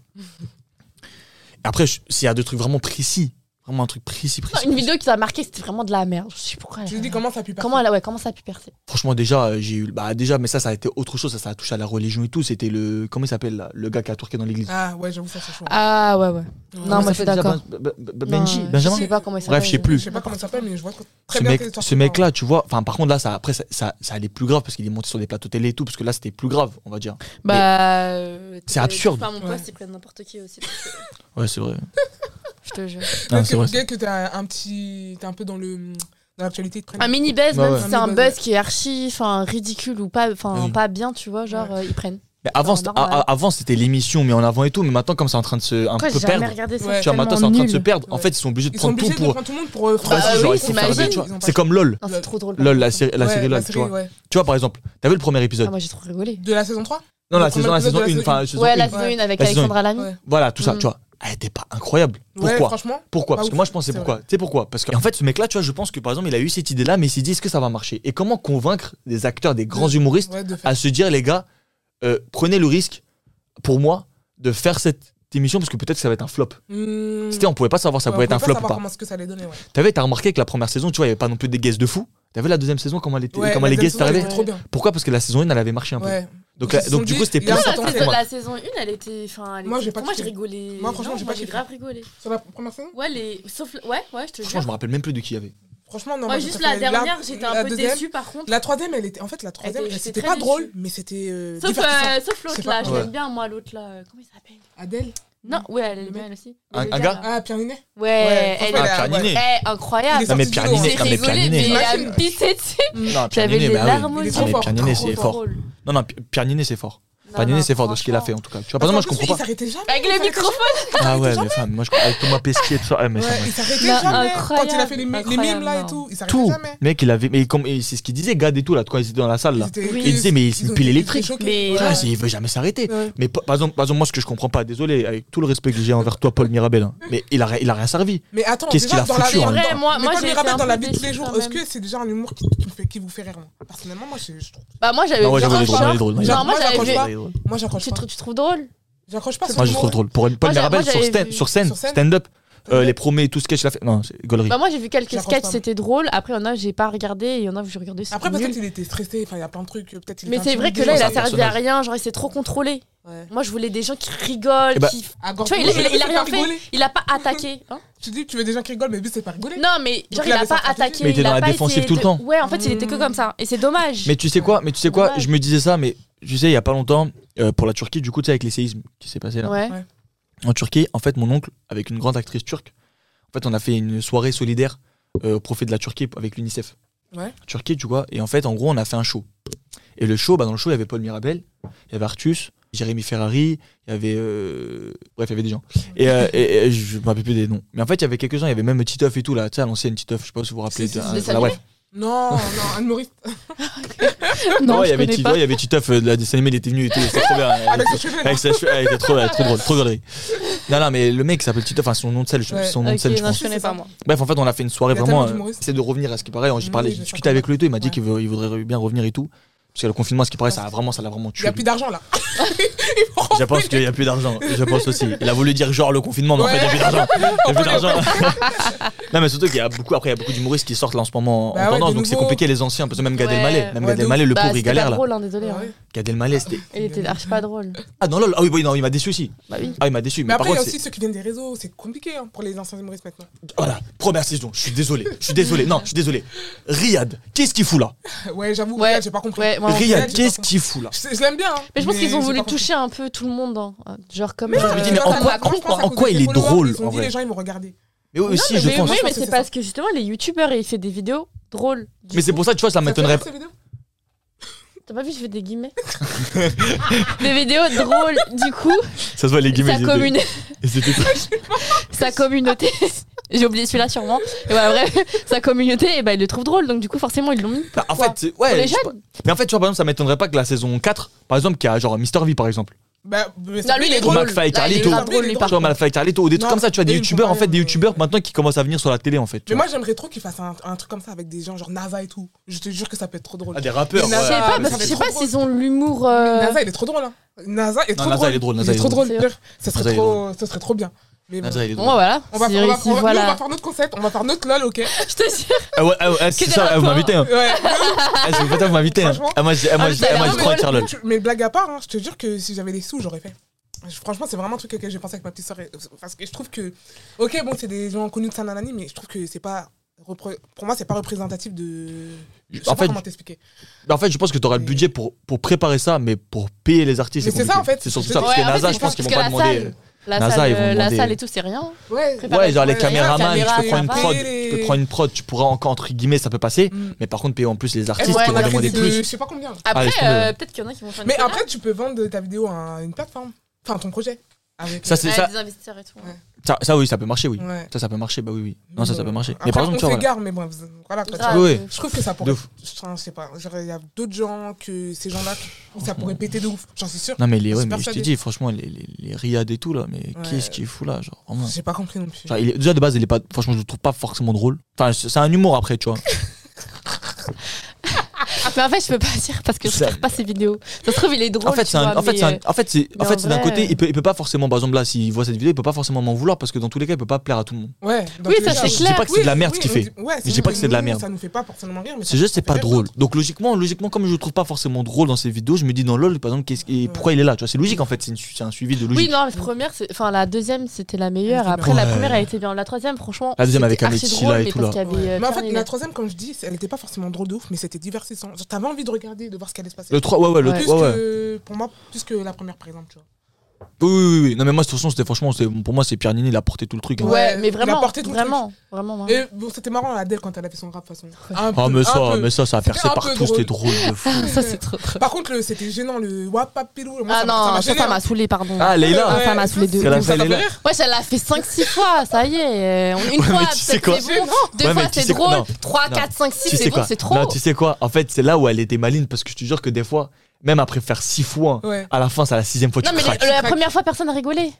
Après, je- s'il y a deux trucs vraiment précis, vraiment un truc précis, précis.
Une
précis.
vidéo qui t'a marqué c'était vraiment de la merde. Je sais pourquoi.
vrai.
elle a fait
Tu lui dis
ça.
comment ça a pu
Comment elle a- ouais comment ça a pu percer.
Franchement, déjà, euh, j'ai eu. Bah, déjà, mais ça, ça a été autre chose. Ça, ça a touché à la religion et tout. C'était le. Comment il s'appelle, là Le gars qui a tourqué dans l'église.
Ah ouais, j'avoue, ça c'est chaud.
Ah ouais ouais.
Ouais.
Non, moi, je suis
Déjà,
d'accord.
Ben- Ben- Ben-
Non,
Benji,
euh,
Benjamin.
Je sais pas comment il
Bref, je sais
s'appelle.
plus.
Je sais pas comment ça s'appelle, mais je vois très
ce
bien
mec,
quelle histoire
ce
tu
mec
parles.
là, tu vois, enfin par contre là, ça, après ça, ça, ça allait plus grave parce qu'il est monté sur des plateaux télé et tout, parce que là c'était plus grave, on va dire.
Bah euh,
C'est absurde.
Enfin mon
Ouais.
poste il prennent n'importe qui aussi.
Ouais, c'est vrai.
Je te jure.
Ah,
Peut-être
c'est vrai.
que- peut-être que t'as un petit. T'es un peu dans le. Dans l'actualité, ils te prennent.
Un mini
Ouais,
buzz même
Bah ouais.
si c'est
Un
un
mini
buzz
buzz.
qui est archi enfin ridicule ou pas enfin
Oui.
pas bien tu vois genre euh, ils prennent.
Mais avant,
Non,
c'était-
normal.
a- a- avant c'était l'émission, mais en avant et tout, mais maintenant comme c'est en train de se un
Pourquoi
peu
j'ai jamais
perdre,
regardé
Ouais.
ça
tu vois, maintenant c'est en train de se perdre. En
Ouais.
fait, ils sont obligés de
Ils sont
prendre tout
obligés de
pour.
prendre tout le monde pour. euh,
Bah,
Ah,
si,
oui,
genre, il faut faire
t'imagines.
des- tu vois,
Ils ont pas
C'est comme LOL,
Non, c'est trop drôle.
LOL la, série- la
Ouais,
série LOL, tu vois.
série, ouais.
Tu vois par exemple, t'as vu le premier épisode
Ah, moi j'ai trop rigolé.
De la saison 3
Non, la
le
saison
premier
1, la saison
épisode de
1,
la
enfin la saison
Ouais, la
une.
saison
Ouais.
1 avec
La saison
Alexandra Lamy.
Ouais.
Voilà, tout ça,
Mm.
tu vois. Ah, Elle était pas incroyable.
Ouais,
Pourquoi
franchement.
pourquoi
Pas
Parce que
ouf,
moi je pense c'est
c'est
pourquoi. Tu sais pourquoi Parce que en fait ce mec là, tu vois, je pense que par exemple, il a eu cette idée là, mais il s'est dit est-ce que ça va marcher Et comment convaincre des acteurs, des
Mm.
grands humoristes
Ouais, de faire.
à se dire les gars, euh, prenez le risque pour moi de faire cette émission parce que peut-être que ça va être un flop.
Mmh.
C'était on pouvait pas savoir ça
Ouais,
pouvait être
on
un
peut
flop ou
savoir
pas.
comment ce que ça allait donner, ouais.
T'avais t'as remarqué que la première saison, tu vois, il y avait pas non plus des guests de fou. T'avais la deuxième saison comment elle était
Ouais,
comment
la
les
deuxième
guests
saison, elle
arrivaient
était trop bien.
Pourquoi Parce que la saison 1 elle avait marché un peu.
Ouais.
Donc,
Ils
la-
se
donc
sont
du
dit,
coup c'était
il y a
plus
Non,
un
la
certain
saison,
format.
la saison 1, elle était. Enfin, elle
Moi,
était-
j'ai pas
moi, j'ai
kiffé.
rigolé.
Moi, franchement,
Non,
j'ai
moi,
pas
j'ai
kiffé.
grave rigolé.
Sur la première saison
Ouais, les... sauf. le- Ouais, ouais, je te
Franchement, je
jure.
me rappelle même plus de qui il y avait.
Franchement, non.
Moi,
j'ai
juste la
préféré
dernière, j'étais
la
un peu
deuxième.
déçue par contre.
La troisième, elle était. En fait, la troisième,
était- j'étais
c'était
très
pas
déçue.
drôle, mais c'était. euh,
Sauf,
divertissant.
euh, sauf l'autre
C'est pas-
là, je
ouais.
l'aime bien moi, l'autre là. euh, Comment il s'appelle
Adèle
Non, ouais, elle est
Le
bien
mec.
elle aussi.
Un-
Le
un
gars,
gars
là.
Ah, Pierre Ninet
Ouais, elle
Ah,
est.
Ouais.
Pierre Ninet.
Eh, incroyable.
Il est
Non mais
sorti
Pierre
du lot,
Ninet,
hein.
non mais
J'ai
Pierre
rigolé, mais
Ninet.
elle a
Imagine.
pissé dessus.
Non, Pierre
J'avais
Ninet,
des
bah oui.
larmes aux
Ah,
Il est
yeux.
trop
mais
fort.
Pierre Ninet,
Trop
c'est
fort.
fort. Non, non, Pi- Pierre Ninet, c'est fort. Pierre Ninet, c'est fort de ce qu'il a fait en tout cas. Tu vois, par exemple,
Parce
moi je
qu'en plus,
comprends
Il
pas.
s'arrêtait jamais.
Avec
il
le
s'arrêtait
microphone
Ah ouais,
jamais.
mais femme, moi je avec Thomas Pesquet et tout ça. ouais, mais ça
Ouais,
m'a-
il s'arrêtait
Non,
jamais. Quand il a
incroyable,
fait les, mi- les
incroyable,
mimes là et
non.
tout, il s'arrêtait
Tout.
jamais.
Mec, il avait. Mais comme... et c'est ce qu'il disait, Gad et tout, là, quand ils étaient dans la salle, là.
étaient-
Oui.
Il disait, mais c'est une
ont-
pile
étaient
électrique.
choqués.
Mais-
Ouais.
Ah, c'est- il veut jamais s'arrêter.
Ouais.
Mais pa- par exemple, par exemple, moi ce que je comprends pas, désolé, avec tout le respect que j'ai envers toi, Paul Mirabel, hein, mais il a, ri- il a rien servi.
Mais attends,
Qu'est-ce qu'il
déjà,
a
dans la
foutu,
dans-
hein
Vrai, moi-
mais
moi,
Paul
j'ai été
Mirabel
un
dans la
peu
vie de tous les
déçue
jours,
quand
est-ce
même.
que c'est déjà un humour qui, qui me fait, qui vous fait rire moi Personnellement, moi, je, je trouve.
Bah moi j'avais
Non, ouais,
vu
j'avoue, il est drôle, il est
genre,
drôle, il est
genre, moi
drôle.
j'avais
Moi,
vu
j'accroche
Il est drôle.
Moi, j'accroche
tu,
pas.
trou- tu trouves drôle
J'accroche pas.
Moi je
ce
trouve
humour.
drôle. Pour une Paul
Moi, j'ai-
Mirabel
moi,
sur
j'avais
scène,
vu-
sur scène,
Sur scène
stand-up, euh,
Ouais.
les promets, tout ce qu'elle a fait. Non, c'est gaulerie.
Bah moi j'ai vu quelques
J'accroche
sketchs
pas.
c'était drôle après il y en a j'ai pas regardé et il y en a où j'ai regardé c'était
Après,
nul.
peut-être il était stressé, enfin, il y a plein de trucs. Peut-être il
Mais
était
c'est vrai que
intimidé,
là il
c'est
a
un
servi à
personnage.
rien genre il s'est trop contrôlé
Ouais.
Moi, je voulais des gens qui rigolent,
Eh ben,
qui.
Ah,
Tu vois, il, il-
Gorgo,
il a
c'est
rien
pas
fait.
rigoler.
Il a pas attaqué. hein.
Tu dis, tu veux des gens qui rigolent, mais le but, c'est pas rigoler.
non, mais genre,
il
il a
avait
pas
sa
attaqué.
stratégie.
Mais il était dans la
a pas
défensive
essayé
tout le
de-
temps.
Ouais, en fait, il était que comme ça. Et c'est dommage.
Mais tu sais quoi Mais tu sais quoi
Dommage.
Je me disais ça, mais je sais, il y a pas longtemps, euh, pour la Turquie, du coup, tu sais, avec les séismes qui s'est passé là.
<laughs>
Ouais.
En Turquie, en fait, mon oncle, avec une grande actrice turque, en fait, on a fait une soirée solidaire euh, au profit de la Turquie avec l'UNICEF.
Ouais.
Turquie, tu vois. Et en fait, en gros, on a fait un show. Et le show, bah, dans le show, il y avait Paul Mirabel, il y avait Artus, Jérémy Ferrari, il y avait. euh, Bref, il y avait des gens. Et, euh, et- et je me rappelle plus des noms. Mais en fait, il y avait quelques-uns, il y avait même Titoff et tout, là, tu sais, à l'ancienne Titoff, je sais pas si vous vous rappelez.
Si, si,
de-
si,
euh,
les
voilà, bref.
Non, non, Anne Maurice.
Non,
Ouais, il y
je
avait
connais
Titoff,
pas.
il y avait Titoff, euh, de la dessin animée, il était venu et tout, c'était trop
<laughs>
bien.
Avec ses cheveux. là.
Avec sa cheveux, elle était trop, elle était trop drôle, trop galerie. Non, non, mais le mec s'appelle Tito, enfin son nom de scène, je-
Ouais.
son nom de
Ok,
scène, je
non,
pense.
je connais pas moi.
Bref, en fait, on a fait une soirée
Il y a
vraiment.
tellement
euh,
d'humoristes.
C'est de revenir à ce qui paraît. J'ai
Oui,
parlé,
oui,
j'ai
je
discuté avec lui et tout. Il m'a dit
Ouais.
qu'il veut- il voudrait bien revenir et tout. Parce que le confinement, à ce qui paraît, ça a vraiment, ça l'a vraiment
Il
tué.
n'y a plus d'argent là.
Je pense qu'il n'y a plus d'argent. Je pense aussi. Il a voulu dire genre le confinement, mais en fait, il n'y a plus d'argent.
<laughs>
Il y a plus d'argent. <laughs> non, mais surtout qu'il y a beaucoup. Après, il y a beaucoup d'humoristes qui sortent là en ce moment en
Bah ouais,
tendance.
des
Donc c'est
nouveaux.
compliqué les anciens. Parce que même Gad
Ouais.
Elmaleh, même Gad
Ouais, de ouf.
Elmaleh, le
Bah,
pauvre, il
c'était pas
galère là.
drôle, hein, désolé. hein.
Ah Ouais.
Gad Elmaleh, c'était.
Il était archi pas drôle.
Ah non, lol. Ah oui, oui, non, il m'a déçu aussi.
Bah oui.
Ah, il m'a déçu.
Mais
Mais, par
après, il y a
contre,
aussi ceux qui viennent des réseaux. C'est compliqué hein, pour les anciens humoristes maintenant. <laughs>
Voilà, première saison, je suis désolé, je suis désolé, non, je suis désolé. Riyad, qu'est-ce qu'il fout là
Ouais, j'avoue,
Ouais.
regarde, j'ai pas compris.
Ouais, moi, non.
Riyad,
j'ai
qu'est-ce
pas
qu'il fout là
Je, je l'aime bien. hein,
Mais je pense qu'ils ont
j'ai
voulu
pas compris.
toucher un peu tout le monde. hein. Euh, Genre comme.
Mais non,
euh,
Je me dis, mais en
attends,
quoi-
attends,
en
je pense
quoi-
à
en
cause
quoi
des
il est
followers,
drôle,
Ils
en
ont dit
vrai.
les gens ils m'ont regardé.
Mais aussi,
mais
je
oui,
pense.
Oui,
Je pense
mais
que
c'est
c'est
parce que justement, les youtubeurs, ils font des vidéos drôles. Du
Mais c'est
coup,
pour ça, tu vois, ça m'étonnerait pas.
T'as pas vu, je fais
<laughs>
des guillemets Des vidéos drôles, du coup,
Ça se voit, les
sa,
guillemets.
commune-
ils étaient- ils étaient-
<laughs> sa communauté. <laughs> J'ai oublié celui-là sûrement. Et voilà, bref, <laughs> sa communauté, et ben, ils le trouvent drôle, donc du coup, forcément, ils l'ont mis.
Bah, En fait, c'est- ouais.
Pour les
je sais
jeunes.
pas. Mais en fait, tu vois, par exemple, ça m'étonnerait pas que la saison 4, par exemple, qui a genre Mister V par exemple.
Bah, mais
Non, lui, il est
drôle.
drôle.
McFly,
Là, il est
Carlito.
grave drôle, lui, par
Tu vois,
contre.
Malfai Carlito, ou des trucs
Non,
comme ça, tu vois, des
et une
youtubeurs, en fait, des
comparaison,
youtubeurs
ouais.
maintenant qui commencent à venir sur la télé, en fait. tu
Mais
vois.
moi, j'aimerais trop qu'ils fassent un, un truc comme ça avec des gens genre Nava et tout. Je te jure que ça peut être trop drôle.
Ah, des rappeurs.
Mais Nasa,
Je sais pas,
mais
parce
ça
que
fait
je sais
trop
pas
drôle.
s'ils ont l'humour. euh,
Nasa, il est trop drôle. Hein. Nasa est
Non,
trop
Nasa,
drôle.
il est drôle, Nasa,
il est
il est
trop drôle.
drôle.
Ça serait
Nasa, il est
trop, ça serait trop bien. Mais bon.
Nasa, il est
Bon,
drôle.
voilà.
On va,
si-
faire- on, va,
si
on va- nous, on va
voilà.
faire notre concept, on va faire notre lol, ok
<laughs> Je te jure.
Ah ouais, ah ouais, ah, c'est
Que des
ça, ah, vous
rapports.
m'invitez. hein.
Ouais.
Ah, c'est- vous m'invitez. hein.
Franchement.
Ah, moi, je- ah, moi,
Ah,
je-
mais
ah, moi,
t'as
je
l'air
prends Charlotte.
Tu- Mais blague à part, hein, je te jure que si j'avais des sous, j'aurais fait. Je- Franchement, c'est vraiment un truc auquel j'ai pensé avec ma petite soeur. Parce que je trouve que. Ok, bon, c'est des gens connus de Saint-Nanani, mais je trouve que c'est pas. repré- Pour moi, c'est pas représentatif de. Je sais
En
pas
fait,
comment t'expliquer.
Bah, En fait, je pense que tu auras le
Mais-
budget pour, pour préparer ça, mais pour payer les artistes.
Mais c'est ça,
compliqué.
en fait.
C'est surtout
Ouais,
ça, parce que
en fait,
NASA,
c'est
je pense qu'ils vont
parce
pas
que la
demander.
salle- La
NASA,
salle,
ils vont
euh, la
demander-
salle et tout, c'est rien.
Ouais.
Prépa-
Ouais, genre les
Ouais,
caméramans,
les
tu peux prendre une
caméras,
prod,
les-
tu peux prendre une prod, tu pourras encore, entre guillemets, ça peut passer.
Mm.
Mais par contre, payer en plus les
Eh,
artistes
ouais,
qui
on
vont
a fait
demander
des-
plus.
Je sais pas combien. là.
Ah,
Après,
laisse tomber,
euh,
ouais.
peut-être qu'il y en a qui vont faire une
Mais
colère.
après, tu peux vendre ta vidéo à une plateforme. Enfin, ton projet. Avec-
Ça, c'est
Ouais,
ça,
des investisseurs et tout. hein. ouais.
ça, ça, oui, ça peut marcher, oui.
Ouais.
Ça, ça peut marcher, bah oui, oui. Non, ça, ça peut marcher.
Après,
Mais par
on
exemple, tu vois, voilà.
s'égare, mais bon, voilà. quoi, tu
Grave.
vois.
Oui, oui.
Je trouve que ça
De
pourrait.
ouf.
Je sais pas. genre, Il y a d'autres gens que ces gens-là, où ça pourrait péter de ouf. J'en suis sûr.
Non, mais les, ouais,
J'espère
mais je
ça
t'ai
dé-
dit, franchement, les, les, les Riyad et tout, là, mais qu'est-ce qu'il fout là, genre, vraiment.
J'ai pas compris non plus.
Genre, il est- déjà, de base, il est pas, franchement, je le trouve pas forcément drôle. Enfin, c'est c'est un humour après, tu vois.
Ah, Mais en fait, je peux pas dire parce que je
Ça-
regarde pas ses vidéos. Ça se trouve, il est drôle.
En fait,
tu
c'est un-
vois,
en fait,
mais,
c'est un-
euh,
en fait, c'est, en euh,
mais
fait,
en
c'est d'un
vrai-
côté, il peut, il peut pas forcément, par exemple, là, s'il voit cette vidéo, il peut pas forcément m'en vouloir parce que dans tous les cas, il peut pas plaire à tout le monde.
Ouais, dans
Oui,
tous les
ça,
cas.
c'est
Je dis
clair.
pas que c'est de la
Oui,
merde
oui,
ce qu'il
on
fait.
dit- ouais,
dis
vrai
pas que c'est de la
nous,
merde.
Ça nous fait pas forcément rire, Ah, mais
C'est juste, c'est pas
fait rire
drôle.
d'autres.
Donc logiquement, logiquement, comme je le trouve pas forcément drôle dans ces vidéos, je me dis dans LOL, par exemple, qu'est-ce qui- et pourquoi il est là Tu vois, c'est logique en fait, c'est une su- c'est un suivi de
Oui,
logique.
non, la première, c'est- enfin la deuxième, c'était la meilleure.
Ouais.
Après, la
Ouais.
première, elle était bien. La troisième, franchement,
La deuxième avec
c'était
Ahmed
archi
Silla
drôle,
et
mais
tout,
parce
là.
qu'il y avait,
Ouais.
euh,
Mais en
Pierre
fait, la
Niney.
troisième, comme je dis, c'est- elle était pas forcément drôle de ouf, mais c'était divertissant. Genre, T'avais envie de regarder, de voir ce qui allait se passer.
Le 3, ouais, ouais, le
Ouais.
Plus
3, ouais.
que, pour moi, plus que la première, par exemple. Tu vois.
Oui, oui, oui, oui. Non, mais moi, de toute façon, c'était franchement, c'est- pour moi, c'est Pierre Nini, il a porté tout le truc. hein.
Ouais,
Ouais, mais
il a
vraiment,
porté tout le truc.
vraiment, vraiment. vraiment.
Et bon, c'était marrant, Adèle, quand elle a fait son rap, de toute façon. Un
Ah,
peu-
mais
un
ça,
peu.
mais ça, ça a percé
un peu
partout, c'était drôle de <laughs> fou.
Ah, Ça, c'est trop drôle.
Par contre, le- c'était gênant, le wapapilou. moi,
Ah
ça m'a-
non, ça,
gêné,
ça
hein.
m'a saoulé, pardon.
Ah, Leïla
Ah, ça m'a saoulé de
Qu'elle a
ouf.
fait,
Ça t'a fait
Leïla
rire
Ouais, ça l'a fait 5-6 fois, ça y est. euh, Une
Ouais,
fois,
mais tu sais
peut-être
quoi
c'est bon. Deux
Ouais, mais
fois,
tu
c'est
sais quoi
drôle.
Non,
3,
non.
4, 5, 6,
Tu
c'est
sais
bon,
quoi
c'est trop.
Non, tu sais quoi En fait, c'est là où elle était maligne parce que je te jure que des fois, même après faire 6 fois,
Ouais.
à la fin, c'est à la sixième fois, tu
Non, mais
craques.
le- la première fois, personne n'a rigolé.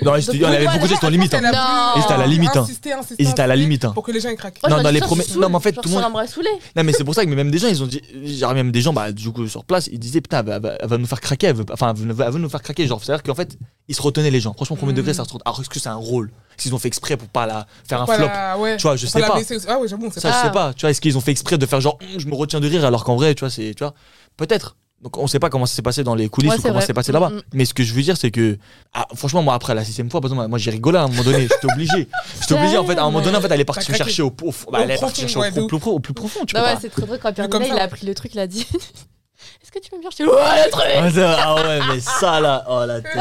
Non, les studios, elle avait
pourquoi
beaucoup de choses qui sont limites. hein.
Elle a
Non.
voulu
Ils étaient à la
limite, hein.
insister, insister,
Ils étaient à la
insister
limite, hein.
Pour que les gens ils craquent.
Non, dans les premiers- non, mais en fait, tout le monde-
m'aurait saoulé.
Non, mais c'est pour ça que même des gens, ils ont dit. Genre, même des gens, bah, du coup, sur place, ils disaient, putain, elle va- elle va, elle va nous faire craquer, elle veut, enfin, elle veut, elle veut nous faire craquer. Genre, c'est-à-dire qu'en fait, ils se retenaient les gens. Franchement, premier
Mm.
degré, ça se retenait. Alors, est-ce que c'est un rôle Est-ce qu'ils ont fait exprès pour pas la faire un
Pour pas
flop
la- ouais,
Tu vois, je
pour
sais
la
pas. hein.
blesser aussi. Ah ouais, j'avoue, on sait
Ça, je
Ah.
sais pas. Tu vois, est-ce qu'ils ont fait exprès de faire genre, Hum, je me retiens de rire, alors qu'en vrai, tu vois, c'est. Tu vois, peut-être. Donc on sait pas comment ça s'est passé dans les coulisses
Ouais,
ou
c'est
comment
vrai.
ça s'est passé là-bas.
Mm, mm.
Mais ce que je veux dire, c'est que ah, franchement, moi après la sixième fois, par exemple, moi j'ai rigolé à un moment donné.
<laughs>
J'étais obligé. J'étais obligé en fait. À un moment donné, en fait, elle est partie
T'as
me
craqué.
chercher au, au- bah,
Au
elle est partie
profond,
chercher au
ouais, de
pro-
ouf. Bah
plus pro- au plus profond. Tu
Non,
peux
ouais,
pas.
c'est trop drôle quand Pierre
comme
Ninet,
ça,
il
ouais.
a pris le truc, il a dit <laughs> Est-ce que tu peux me chercher Ouais, le truc
Ah, ça- ah ouais, mais ça là, oh la
<laughs>
tête.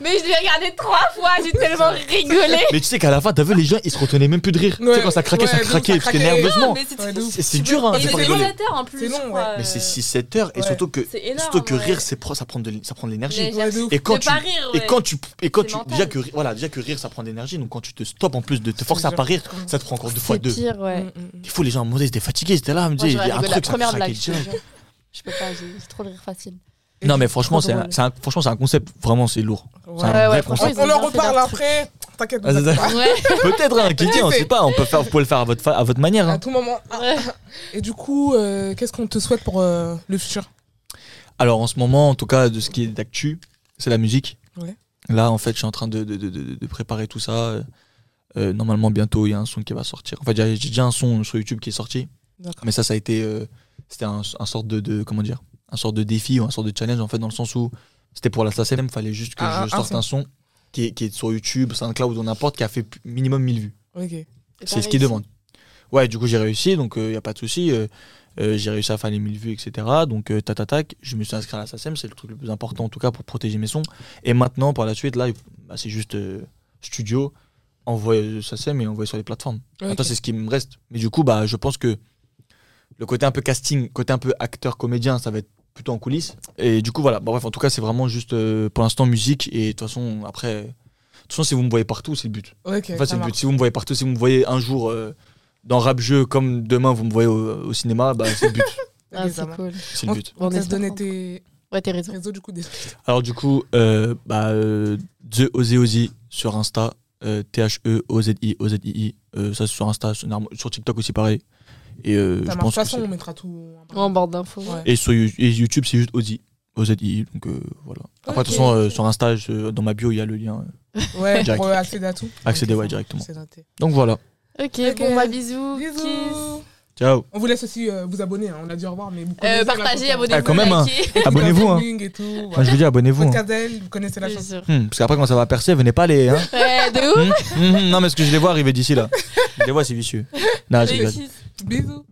Mais je l'ai regardé trois fois, j'ai tellement rigolé
mais tu sais qu'à la fin, t'as vu les gens, ils se retenaient même plus de rire. tu sais
Ouais,
quand ça craquait,
ouais,
ça
de ouf, ça
craquait, parce que
craquait.
nerveusement.
mais c'est
Ouais, de ouf.
C'est c'est dur hein,
Et
des
c'est
fois de
long,
rigoler.
7 heures en plus.
C'est long,
je crois,
Mais c'est
euh,
6-7 heures et
Ouais.
surtout que
C'est énorme.
surtout que
ouais.
rire, c'est pro- ça prend de l- ça prend de l'énergie.
Mais
Ouais, de ouf.
Et quand
de
tu
pas rire,
Et
ouais.
quand tu et quand
C'est
tu
mental.
déjà que ri- voilà déjà que rire ça prend de l'énergie donc quand tu te stops en plus de te forcer à
dur.
pas rire ça te prend encore deux fois
C'est
deux.
pire, ouais.
Mm, mm, mm.
Des fois les gens me disaient j'étais fatigué j'étais là à me
Moi,
dire il y
j'aurais
a un
rigolé la
truc ça me
première
craquait
blague, je te <laughs>
direct.
jure. Je peux pas, j'ai j'ai trop le rire facile.
Non mais franchement
Trop
c'est un,
drôle.
c'est un- franchement c'est un concept vraiment c'est lourd.
Ouais.
C'est un
Ouais,
vrai
ouais,
On,
franchement,
concept.
ils ont
on en
bien fait
reparle
leur
après. T'inquiète.
Ah, c'est ça.
Ouais,
Peut-être hein, qui dit,
<laughs>
on
C'est-
sait pas on peut faire vous pouvez le faire à votre fa- à votre manière. hein.
À
<laughs>
tout moment. Ah.
ouais.
Et du coup, euh, qu'est-ce qu'on te souhaite pour euh, le futur
Alors en ce moment, en tout cas, de ce qui est d'actu, c'est la musique.
Ouais.
Là, en fait, je suis en train de, de- de- de- de préparer tout ça. Euh, euh, normalement, bientôt, il y a un son qui va sortir. En fait, j'ai j'ai déjà un son sur YouTube qui est sorti.
D'accord.
Mais ça, ça a été. euh, c'était un, un sorte de, de- Comment dire Un sorte de défi ou un sorte de challenge, en fait, dans le sens où c'était pour la SACM. Il fallait juste que
Ah,
je
un
sorte
son.
un son qui est, qui est sur YouTube, SoundCloud ou n'importe, qui a fait pu- minimum 1000 vues.
Ok.
C'est ce qu'ils demandent. Ouais, du coup, j'ai réussi, donc il n'y a pas de souci. euh, euh, j'ai réussi à faire les 1000 vues, etc. Donc, euh, tatatac, je me suis inscrit à la SACEM, c'est le truc le plus important en tout cas pour protéger mes sons. Et maintenant, par la suite, là, bah, c'est juste euh, studio, envoyer euh, SACEM et envoyer sur les plateformes.
Ok.
Attends, c'est ce qui me reste. Mais du coup, bah, je pense que le côté un peu casting, côté un peu acteur-comédien, ça va être plutôt en coulisses. Et du coup, voilà. Bon, bref, en tout cas, c'est vraiment juste euh, pour l'instant musique. Et de toute façon, après, de toute façon, si vous me voyez partout, c'est le but.
Ok,
En fait,
ça
c'est le
marche.
but. Si vous me voyez partout, si vous me voyez un jour euh, dans rap jeu comme demain vous me voyez au, au cinéma, bah, c'est le but. <laughs>
Ok,
Ah,
ça
c'est
marche.
cool.
C'est le but.
On
On
va se
espère
donner
qu'on-
tes
Ouais, t'es raison.
réseaux du coup. Des...
Alors du coup, euh, bah, euh, The Ozzy Ozzy sur Insta, euh, T H E O Z I O Z I I, euh, ça c'est sur Insta, sur, sur TikTok aussi pareil. Et euh,
Ça
je
marche. De toute
pense que
façon,
c'est-
on mettra tout. en bas.
En bord d'infos.
Ouais.
et sur You- et YouTube c'est juste Ozzy. O Z I I, donc euh, voilà. Après, de toute
Ok.
façon, euh, sur Insta, je- dans ma bio, il y a le lien.
Ouais,
Direct.
pour euh, accéder à tout.
Accéder,
Ok,
ouais,
ça marche,
directement.
c'est noté.
Donc voilà.
Ok,
Ok.
bon bah bisous. kiss.
Bisous.
<laughs> Ciao.
On vous laisse aussi euh, vous abonner. hein, On a dit au revoir, mais vous
Euh,
connaissez la
partagez,
chanson.
abonnez-vous,
Ah, quand même, hein.
likez.
Abonnez-vous. Hein.
Podcasting et tout,
Enfin, je
voilà.
vous dis, abonnez-vous. hein.
Podcast d'elle, vous connaissez la
Bien
chanson.
sûr.
Hmm, parce qu'après, quand ça va percer, venez pas les. Hein.
Ouais, de ouf.
Hmm, hmm, non, mais ce que je les vois arriver d'ici là. Je les vois, c'est vicieux. Non, je
Les
rigole.
kisses.
Bisous.